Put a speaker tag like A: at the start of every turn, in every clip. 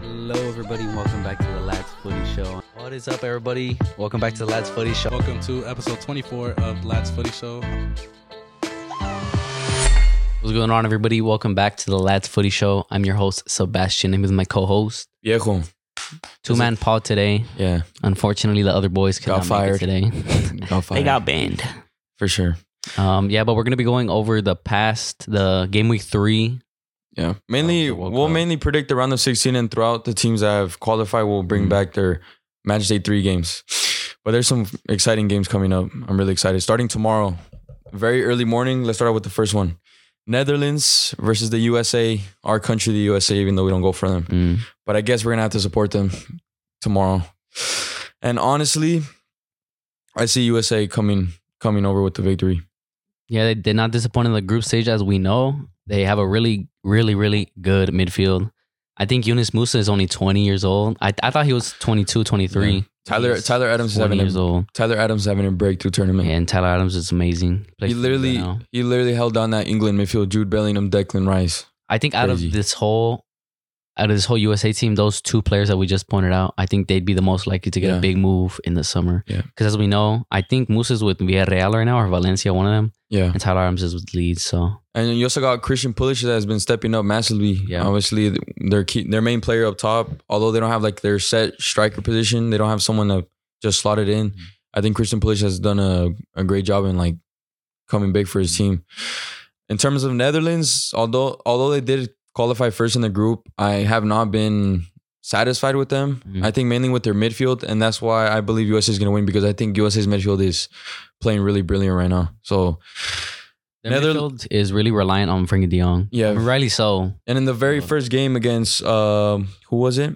A: Hello, everybody, and welcome back to the Lads Footy Show. What is up, everybody? Welcome back to the Lads Footy Show.
B: Welcome to episode 24 of Lads Footy Show.
A: What's going on, everybody? Welcome back to the Lads Footy Show. I'm your host, Sebastian. I'm with my co host,
C: Viejo.
A: Two Man Paul, today.
C: Yeah,
A: Unfortunately, the other boys could
C: Got
A: not make it
C: fired.
A: today.
C: got fired.
A: they got banned.
C: for sure.
A: Um, yeah, but we're going to be going over the past, the game week three.
C: Yeah, mainly
A: Oh, the World
C: we'll
A: Cup.
C: mainly predict the round of 16, and throughout the teams that have qualified, we'll bring
A: Mhm.
C: back their match day three games. But there's some exciting games coming up. I'm really excited. Starting tomorrow, very early morning. Let's start out with the first one: Netherlands versus the USA. Our country, the USA, even though we don't go for them, but I guess we're gonna have to support them tomorrow. And honestly, I see USA coming coming over with the victory.
A: Yeah, they did not disappoint in the group stage, as we know. They have a really, really, really good midfield. I think Yunus Musa is only 20 years old. I, I thought he was 22, 23.
C: Yeah. Tyler
A: He's
C: Tyler Adams is
A: 20
C: having
A: years
C: a,
A: old.
C: Tyler Adams having a breakthrough tournament.
A: Yeah, and Tyler Adams is amazing. Plays
C: He literally,
A: right now.
C: he literally held down that England midfield. Jude Bellingham, Declan Rice.
A: I think out
C: crazy.
A: of this whole, out of this whole USA team, those two players that we just pointed out, I think they'd be the most likely to get a
C: Yeah.
A: big move in the summer.
C: Yeah.
A: Because as we know, I think Musa's with Villarreal right now or Valencia, one of them,
C: Yeah,
A: and Tyler Adams is with Leeds. So
C: and you also got Christian Pulisic that has been stepping up massively.
A: Yeah.
C: obviously their key, their main player up top. Although they don't have like their set striker position, they don't have someone that just slotted in. I think Christian Pulisic has done a, a great job in like coming big for his team. In terms of Netherlands, although although they did qualify first in the group, I have not been satisfied with them.
A: Mhm.
C: I think mainly with their midfield, and that's why I believe USA is going to win because I think USA's midfield is playing really brilliant right now. So
A: their
C: Nether-
A: midfield is really reliant on Frankie De Jong.
C: Yeah.
A: Rightly so.
C: And in the very
A: Oh.
C: first game against um, who was it?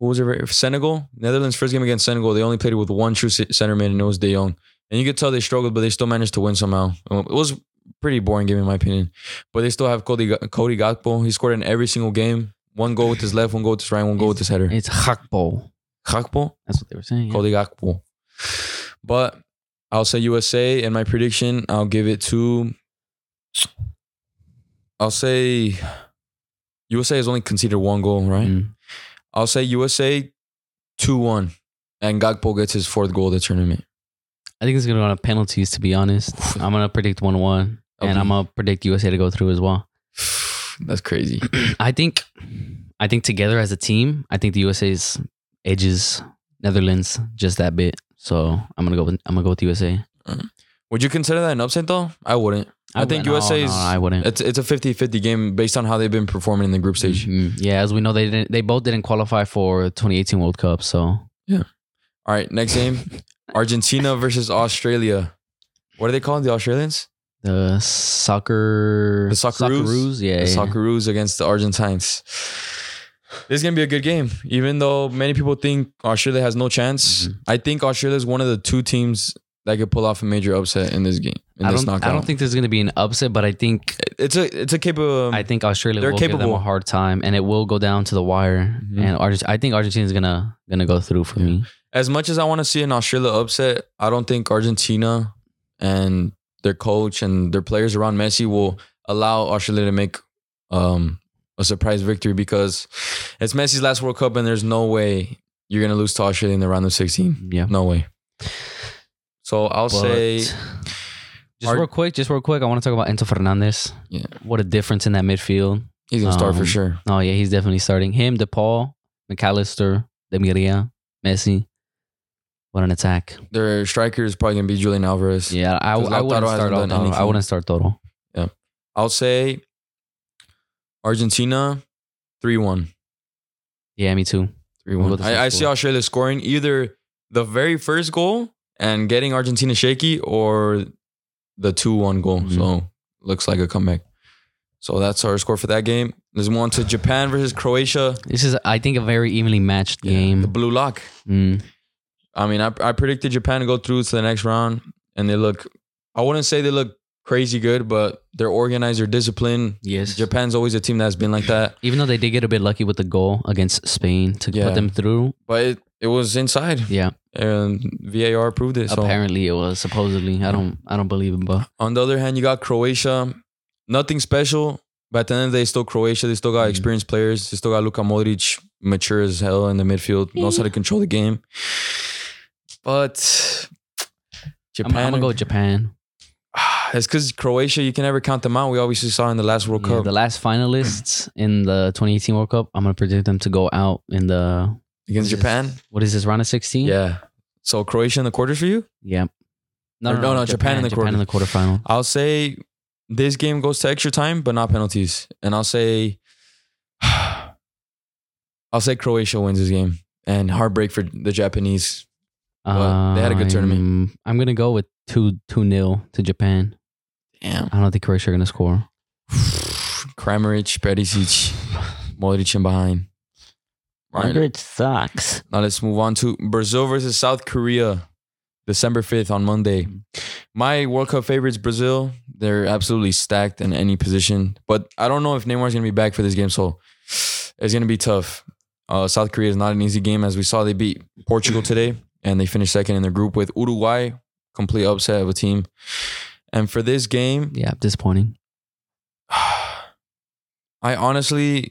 C: Who was it? Very- Senegal, Netherlands. First game against Senegal, they only played with one true se- centerman, and it was De Jong. And you could tell they struggled, but they still managed to win somehow. Um, It was a pretty boring game in my opinion, but they still have Cody Ga- Cody Gakpo. He scored in every single game. One goal with his left, one goal with his right, one goal with his header.
A: It's Hakpo.
C: Gakpo,
A: That's what they were saying. yeah.
C: Cody Gakpo. But I'll say USA, and my prediction, I'll give it to. I'll say USA has only conceded one goal, right?
A: Mm.
C: I'll say USA 2 1. And Gakpo gets his fourth goal of the tournament.
A: I think it's going to go on penalties, to be honest. I'm going to predict 1 1, and
C: Okay.
A: I'm going to predict USA to go through as well.
C: That's crazy.
A: I think, I think together as a team, I think the USA's edges Netherlands just that bit. So I'm gonna go with I'm gonna go with USA.
C: Would you consider that an upset though? I wouldn't. I think
A: wouldn't- no,
C: USA
A: no,
C: is-
A: I wouldn't.
C: It's it's a 50-50 game based on how they've been performing in the group stage.
A: Mhm. Yeah, as we know, they didn't. They both didn't qualify for 2018 World Cup. So
C: All right, next game. Argentina versus Australia. What are they called? The Australians?
A: the soccer,
C: The Socceroos?
A: yeah,
C: the
A: yeah.
C: Socceroos against the Argentines. This is gonna be a good game, even though many people think Australia has no chance.
A: Mm-hmm.
C: I think Australia is one of the two teams that could pull off a major upset in this game. In
A: I
C: this
A: don't,
C: knockout,
A: I don't think there's gonna be an upset, but I think
C: it's a it's a capable.
A: I think Australia
C: Um, They're
A: will give them
C: capable.
A: a hard time, and it will go down to the wire.
C: Mhm.
A: And Argent- I think Argentina's gonna gonna go through for
C: Yeah.
A: me.
C: as much as I want to see an Australia upset, I don't think Argentina and their coach and their players around Messi will allow Australia to make um, a surprise victory because it's Messi's last World Cup, and there's no way you're gonna lose to Australia in the round of 16.
A: Yeah.
C: No way. So I'll say
A: But- just
C: Ar-
A: real quick, just real quick, I want to talk about Enzo Fernandez.
C: Yeah.
A: What a difference in that midfield.
C: he's gonna start
A: um,
C: for sure.
A: Oh yeah, he's definitely starting. Him, DePaul, McAllister, Demiria, Messi. What an attack.
C: Their striker is probably gonna be Julian Alvarez.
A: Yeah, I,
C: Because
A: I
C: Lautaro
A: wouldn't
C: hasn't
A: start
C: done
A: Lautaro. I
C: anything.
A: wouldn't start Toro.
C: I'll say Argentina 3 1.
A: Yeah, me too.
C: 3
A: What
C: 1.
A: about the
C: I, I
A: first
C: see
A: goal?
C: Australia scoring either the very first goal and getting Argentina shaky or the 2 1 goal.
A: Mhm.
C: So looks like a comeback. So that's our score for that game. Let's move on to Japan versus Croatia.
A: This is I think a very evenly matched
C: The
A: game.
C: blue lock.
A: Mm.
C: I mean, I, I predicted Japan to go through to the next round, and they look. I wouldn't say they look crazy good, but they're organized, they're disciplined.
A: Yes.
C: Japan's always a team that's been like that,
A: Even though they did get a bit lucky with the goal against Spain to
C: Yeah.
A: put them through.
C: but it, it was inside,
A: Yeah.
C: and VAR proved it. So
A: Apparently it was supposedly. I don't I don't believe it, but
C: on the other hand, you got Croatia, nothing special, But at the end of the day, still Croatia. They still got
A: Mhm.
C: experienced players. They still got Luka Modric, mature as hell in the midfield, knows how to control the game. But
A: I'm,
C: Japan,
A: I'm gonna go with Japan.
C: it's because Croatia. You can never count them out. We obviously saw in the last World
A: Yeah,
C: Cup
A: the last finalists in the 2018 World Cup, I'm gonna predict them to go out in the
C: against
A: Yes.
C: Japan.
A: what is this round of 16?
C: Yeah. So Croatia in the quarters for you?
A: Yeah. No,
C: Or
A: no, no, no, Japan, in the
C: quarter-
A: Japan in the quarterfinal.
C: I'll say this game goes to extra time, but not penalties. And I'll say, I'll say Croatia wins this game. And heartbreak for the Japanese. Well, they had a good tournament.
A: Um, I'm gonna go with two two nil to Japan.
C: Damn.
A: I don't think Croatia are gonna score.
C: Kramaric, Perisic, Modric in behind. Right.
D: Modric sucks.
C: Now let's move on to Brazil versus South Korea, December 5th on Monday.
D: Mm.
C: My World Cup favorites, Brazil. They're absolutely stacked in any position. But I don't know if Neymar's going to be back for this game, so it's going to be tough. Uh, South Korea is not an easy game. As we saw, they beat Portugal today, and they finished second in their group with Uruguay, complete upset of a team. And for this game,
A: Yeah, disappointing.
C: I honestly
A: mean,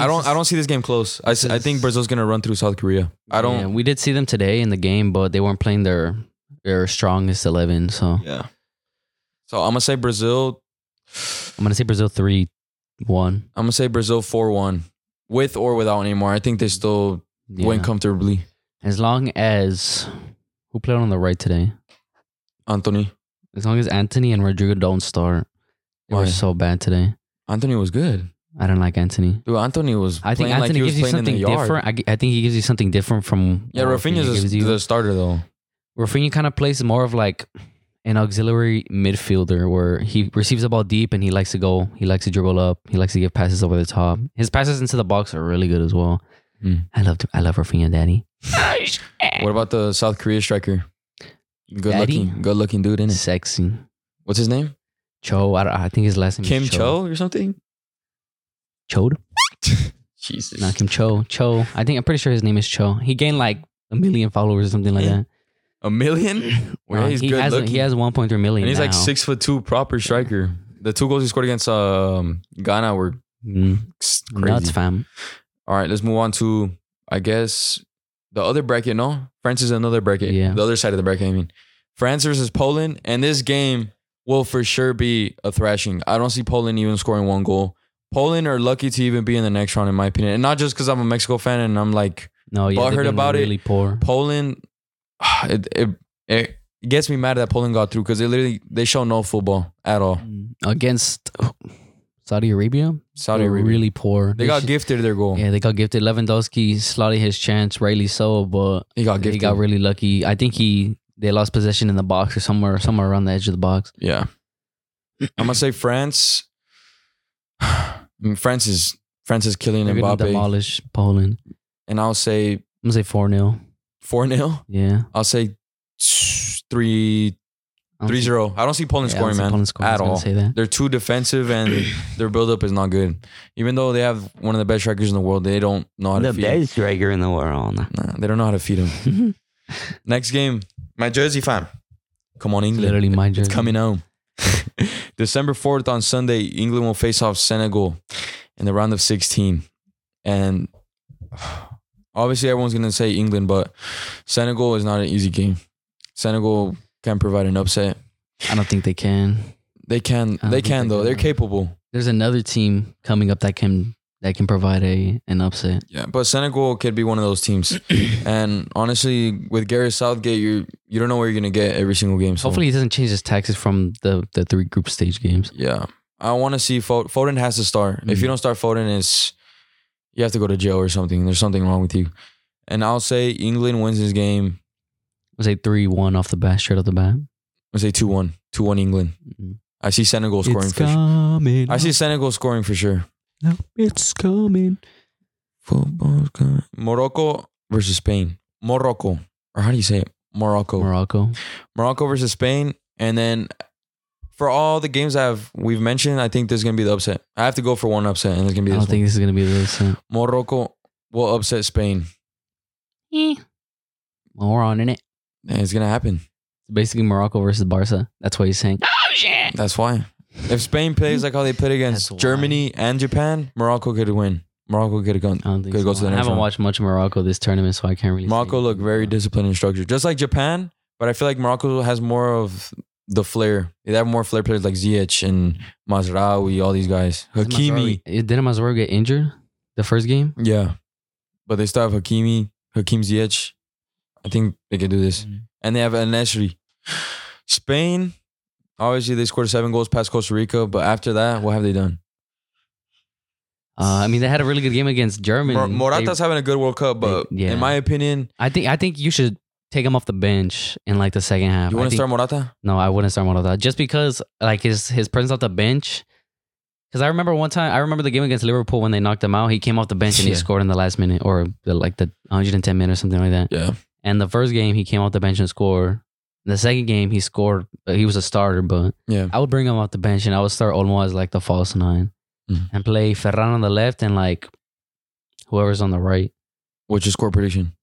C: I don't.
A: this
C: I
A: is-
C: don't see this game close. I, s- I think Brazil's gonna run through South Korea. I
A: Yeah,
C: don't.
A: we did see them today in the game, but they weren't playing their their strongest eleven. So
C: Yeah. So I'm gonna say Brazil.
A: I'm gonna say Brazil three one.
C: I'm gonna say Brazil four one, with or without Neymar. I think they still win comfortably.
A: As long as who played on the right today?
C: Anthony.
A: As long as Anthony and Rodrigo don't start, they
C: Why?
A: were so bad today.
C: Anthony was good.
A: I don't like Anthony.
C: Dude, Anthony was.
A: I think
C: playing like
A: Anthony
C: he was
A: gives you
C: playing in the
A: something
C: yard.
A: different. I, g- I think he gives you something different from
C: Yeah,
A: what
C: Rafinha's
A: gives
C: the,
A: you.
C: the starter though.
A: Rafinha kind of plays more of like an auxiliary midfielder where he receives the ball deep and he likes to go, he likes to dribble up, he likes to give passes over the top. His passes into the box are really good as well.
C: Mm.
A: I love I love Rafinha, Daddy.
C: What about the South Korea striker? Good
A: Eh. Daddy?
C: looking, good looking dude in it.
A: Sexy
C: What's his name?
A: Cho. I, don't- I think his last name
C: Kim
A: is
C: Cho or something.
A: Cho.
C: Jesus.
A: Not Kim Cho. Cho. I think I'm pretty sure his name is Cho. He gained like a million followers or something like that.
C: A million. Well,
A: No,
C: he's
A: he
C: good
A: has
C: looking.
A: he has 1.3 million.
C: and he's like
A: now.
C: six foot two, proper striker. The two goals he scored against um, Ghana were
A: Mm,
C: crazy.
A: nuts, fam.
C: All right, let's move on to I guess the other bracket. No, France is another bracket.
A: Yeah.
C: the other side of the bracket. I mean, France versus Poland, and this game will for sure be a thrashing. I don't see Poland even scoring one goal. Poland are lucky to even be in the next round, in my opinion, and not just because I'm a Mexico fan and I'm like
A: No, yeah,
C: But I
A: they've
C: heard
A: been
C: about it.
A: really poor.
C: Poland. It it, it gets me mad that Poland got through because they literally they show no football at all.
A: Mm. against Saudi Arabia.
C: Saudi
A: They were
C: Arabia.
A: really poor.
C: They got
A: should-
C: gifted their goal.
A: Yeah, they got gifted. Lewandowski slotted his chance, rightly so, but
C: He got gifted.
A: he got really lucky. I think he they lost possession in the box or somewhere somewhere around the edge of the box.
C: Yeah. I'm gonna say France. I mean, France is France is killing
A: They're gonna
C: Mbappe,
A: demolish Poland.
C: and I'll say
A: I'm gonna say four 0
C: four 0
A: Yeah,
C: I'll say three
A: I'm
C: three zero. I don't see Poland scoring, man, at all.
A: Say that.
C: They're too defensive, and their buildup is not good. Even though they have one of the best strikers in the world, they don't know how to
D: The
C: feed. Him.
D: best striker in the world.
C: Nah, they don't know how to feed him. Next game, my jersey fam. Come on, England.
A: Literally my jersey.
C: It's coming home. December 4th on Sunday, England will face off Senegal in the round of 16. And obviously, everyone's going to say England, but Senegal is not an easy game. Senegal can provide an upset.
A: I don't think they can.
C: They can,
A: I don't
C: they
A: think
C: can
A: they
C: though. They're
A: can.
C: capable.
A: There's another team coming up that can that can provide a an upset.
C: Yeah, but Senegal could be one of those teams. and honestly, with Gareth Southgate, you you don't know where you're gonna get every single game. So
A: Hopefully, he doesn't change his taxes from the the three group stage games.
C: Yeah. I want to see Fo- Foden has to start. If you
A: Mm.
C: don't start Foden, it's you have to go to jail or something. There's something wrong with you. And I'll say England wins this game.
A: I'll say three one off the bat, straight off the bat.
C: I'll say 2 1. 2 1 England. I see Senegal scoring
A: It's
C: for sure.
A: coming.
C: I see Senegal scoring for sure.
A: No, it's coming.
C: Football's coming. Morocco versus Spain. Morocco. Or how do you say it? Morocco.
A: Morocco.
C: Morocco versus Spain. And then for all the games that I've, we've mentioned, I think there's going to be the upset. I have to go for one upset, and it's going to
A: I
C: be
A: don't
C: this
A: think
C: one.
A: this is gonna be this. uh,
C: Morocco will upset Spain.
A: Well, we're on in it.
C: And It's gonna happen.
A: Basically, Morocco versus Barca. That's what he's saying.
C: That's why. If Spain plays like how they played against
A: That's
C: Germany and Japan, Morocco could win. Morocco could have gone.
A: I don't think
C: Could go
A: so.
C: to the
A: I
C: next
A: haven't
C: round.
A: watched much of Morocco this tournament, so I can't really.
C: Morocco
A: say.
C: looked very disciplined and structured, just like Japan. But I feel like Morocco has more of the flair. They have more flair players like Ziyech and Mazraoui, all these guys.
A: Didn't Mazraoui-
C: Hakimi,
A: Didn't Mazraoui get injured the first game?
C: yeah. But they still have Hakimi, Hakim Ziyech. I think they could do
A: Mm-hmm.
C: this. And they have El Nesri. Spain, obviously they scored seven goals past Costa Rica, but after that, what have they done?
A: Uh, I mean, they had a really good game against Germany.
C: Mor-
A: They-
C: Morata's having a good World Cup, but
A: they- yeah.
C: in my opinion,
A: I think I think you should take him off the bench in like the second half.
C: you
A: I
C: want to
A: think-
C: start Morata?
A: No, I wouldn't start Morata just because like his his presence off the bench. Because I remember one time, I remember the game against Liverpool when they knocked him out. He came off the bench and he
C: Yeah.
A: scored in the last minute or the, like the 110 minute or something like that.
C: Yeah.
A: And the first game he came off the bench and scored. The second game he scored. uh, He was a starter, but
C: Yeah.
A: I would bring him off the bench and I would start Olmo as like the false 9
C: Mhm.
A: and play Ferran on the left and like whoever's on the right.
C: What's your score prediction?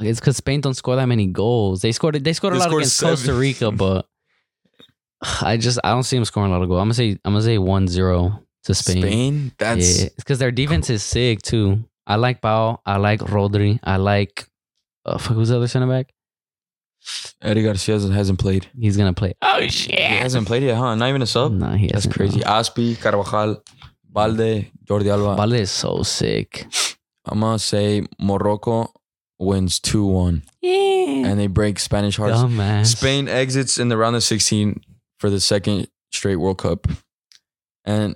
A: It's because Spain don't score that many goals. They scored. They scored a
C: They
A: lot
C: scored
A: against
C: seven.
A: Costa Rica, but I just I don't see them scoring a lot of goals. I'm gonna say I'm gonna say 1-0 to Spain.
C: That's
A: yeah, because their defense is sick too. I like Bao. I like Rodri. I like. Uh, fuck, who's the other center back?
C: Eddie Garcia hasn't played.
A: He's gonna play. Oh
C: He
A: shit!
C: hasn't played yet, huh? Not even a sub.
A: Nah, he
C: That's
A: hasn't,
C: crazy.
A: no.
C: Aspi, Carvajal, Balde, Jordi Alba.
A: Balde is so sick.
C: I'm gonna say Morocco wins two one,
A: Yeah.
C: and they break Spanish hearts.
A: Dumbass.
C: Spain exits in the round of 16 for the second straight World Cup. And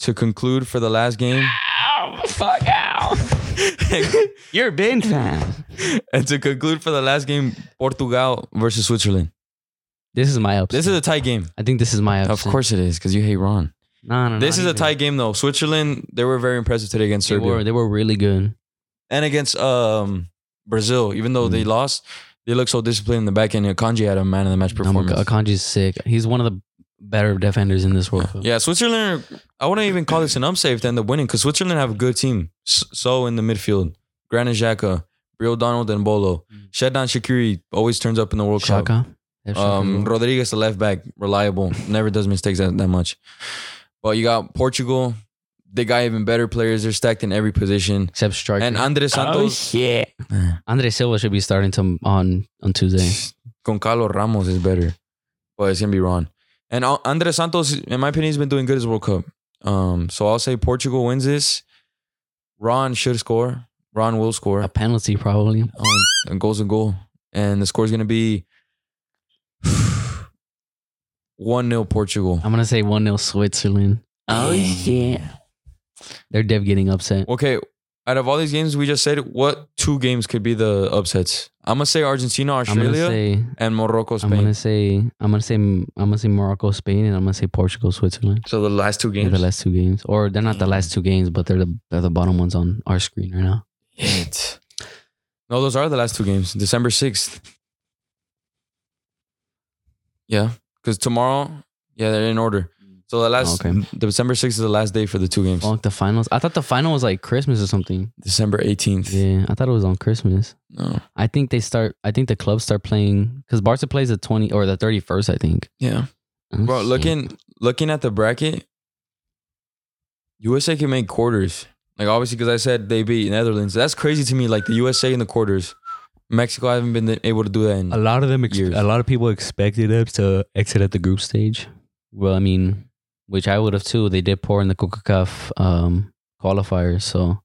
C: to conclude for the last game,
D: Ow, fuck out. You're a bin fan.
C: and to conclude for the last game, Portugal versus Switzerland.
A: This is my upset.
C: This is a tie game.
A: I think this is my upset.
C: Of course it is, because you hate Ron.
A: No, no.
C: This
A: not
C: is a
A: even.
C: tie game though. Switzerland, they were very impressive today against
A: They
C: Serbia.
A: were. They were really good.
C: and against um Brazil, even though they lost, they look so disciplined in the back end. Kanji had a man of the match
A: No,
C: performance.
A: Um, Akanji's sick. He's one of the better defenders in this World Cup.
C: yeah, Switzerland. I wouldn't even call this an unsafe to end up winning because Switzerland have a good team. S- So in the midfield, Granit Xhaka, Rio Donald, and Bolo.
D: Mm.
C: Shadon Shakiri always turns up in the World Cup.
A: Shaka. They have Shaka
C: Um,
A: as well.
C: Rodriguez, the left back, reliable, never does mistakes that, that much. But you got Portugal. They got even better players. They're stacked in every position.
A: except striker.
C: And Andres
D: Oh,
C: Santos
D: shit.
A: Andre Silva should be starting to, on on Tuesday.
C: con Carlos Ramos is better, but it's gonna be Ron. And Al- Andres Santos, in my opinion, has been doing good as World Cup. Um, so I'll say Portugal wins this. Ron should score. Ron will score.
A: A penalty probably.
C: Um, and goals a goal, and the score's gonna be one 0 Portugal.
A: I'm gonna say one 0 Switzerland.
D: Oh, shit.
A: They're dev getting upset.
C: Okay, out of all these games we just said, what two games could be the upsets? I'm gonna say Argentina,
A: I'm gonna
C: Australia,
A: say.
C: and Morocco,
A: I'm
C: Spain.
A: gonna say. I'm gonna say. I'm gonna say Morocco, Spain, and I'm gonna say Portugal, Switzerland.
C: so the last two
A: They're
C: games. Mm.
A: the last two games, or they're not the last two games, but they're the they're the bottom ones on our screen right now.
C: It. No, those are the last two games. December 6th. Yeah, because tomorrow, yeah, they're in order. So the last,
A: Okay.
C: December 6th is the last day for the two games.
A: Fuck the finals. I thought the final was like Christmas or something.
C: December 18th.
A: Yeah, I thought it was on Christmas.
C: No.
A: I think they start. I think the clubs start playing because Barca plays the twenty or the thirty first. I think.
C: Yeah.
A: Oh,
C: Bro,
A: shit.
C: looking, looking at the bracket, USA can make quarters. Like, obviously, because I said they beat Netherlands. That's crazy to me. Like, the USA in the quarters. Mexico haven't been able to do that. In,
A: a lot of them. Ex-
C: years.
A: a lot of people expected us to exit at the group stage. Well, I mean, which I would have too. They did poor in the Concacaf um, qualifiers. So,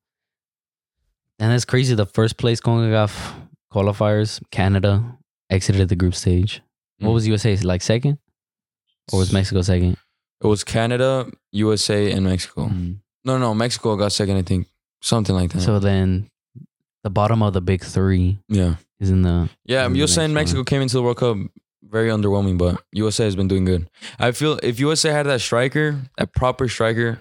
A: and that's crazy. The first place Concacaf qualifiers, Canada exited at the group stage. What
C: Mm.
A: was USA like second, or was Mexico second?
C: it was Canada, USA, and Mexico. No, no, Mexico got second, I think. Something like that.
A: So then, the bottom of the big three
C: yeah.
A: is in the
C: Yeah,
A: And the
C: you're
A: next
C: saying Mexico
A: one.
C: came into the World Cup very underwhelming, but USA has been doing good. I feel if USA had that striker, that proper striker,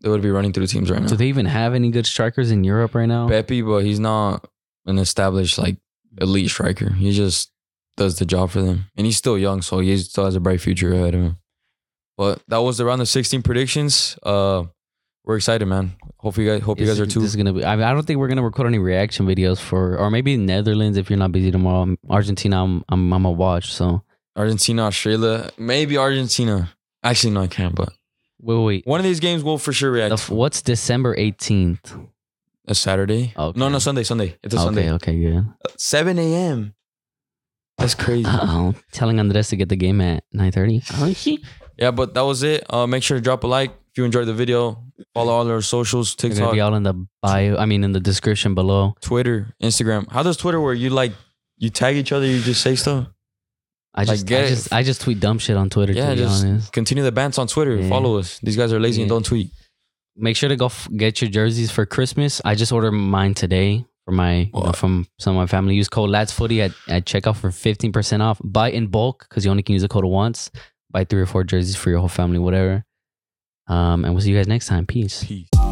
C: they would be running through the teams right now.
A: Do they even have any good strikers in Europe right now?
C: Pepe, but he's not an established, like, elite striker. He just does the job for them. And he's still young, so he still has a bright future ahead of him. But that was the round of 16 predictions. Uh, we're excited, man. Hope you guys, hope you
A: Is-
C: guys are too.
A: This is gonna be. I, mean, I don't think we're gonna record any reaction videos for, or maybe Netherlands if you're not busy tomorrow. Argentina, I'm I'm, I'm a watch. So
C: Argentina, Australia, maybe Argentina. Actually, no, I can't. But
A: Wait, wait.
C: one of these games will for sure
A: The
C: react.
A: f- what's December 18th?
C: a Saturday?
A: Okay.
C: No, no, Sunday, Sunday. It's a
A: okay,
C: Sunday.
A: okay, yeah.
C: Seven a.m. That's crazy.
A: Uh-oh. Telling Andres to get the game at 9.30.
C: Yeah, but that was it. Uh, make sure to drop a like if you enjoyed the video. Follow all our socials:
A: It's going to be
C: TikTok,
A: all in the bio. I mean, in the description below.
C: Twitter, Instagram. How does Twitter work? You like you tag each other, you just say stuff.
A: I
C: Like,
A: just,
C: get
A: I
C: it.
A: just, I just tweet dumb shit on Twitter.
C: Yeah,
A: to be
C: just-
A: honest.
C: Continue the bants on Twitter.
A: Yeah.
C: Follow us. These guys are lazy and
A: Yeah.
C: don't tweet.
A: Make sure to go f- get your jerseys for Christmas. I just ordered mine today for my you know,
C: What?
A: from some of my family. Use code Lads Footy at, at checkout for fifteen percent off. Buy in bulk because you only can use the code once. Buy three or four jerseys for your whole family, whatever. Um, and we'll see you guys next time. Peace.
C: Peace.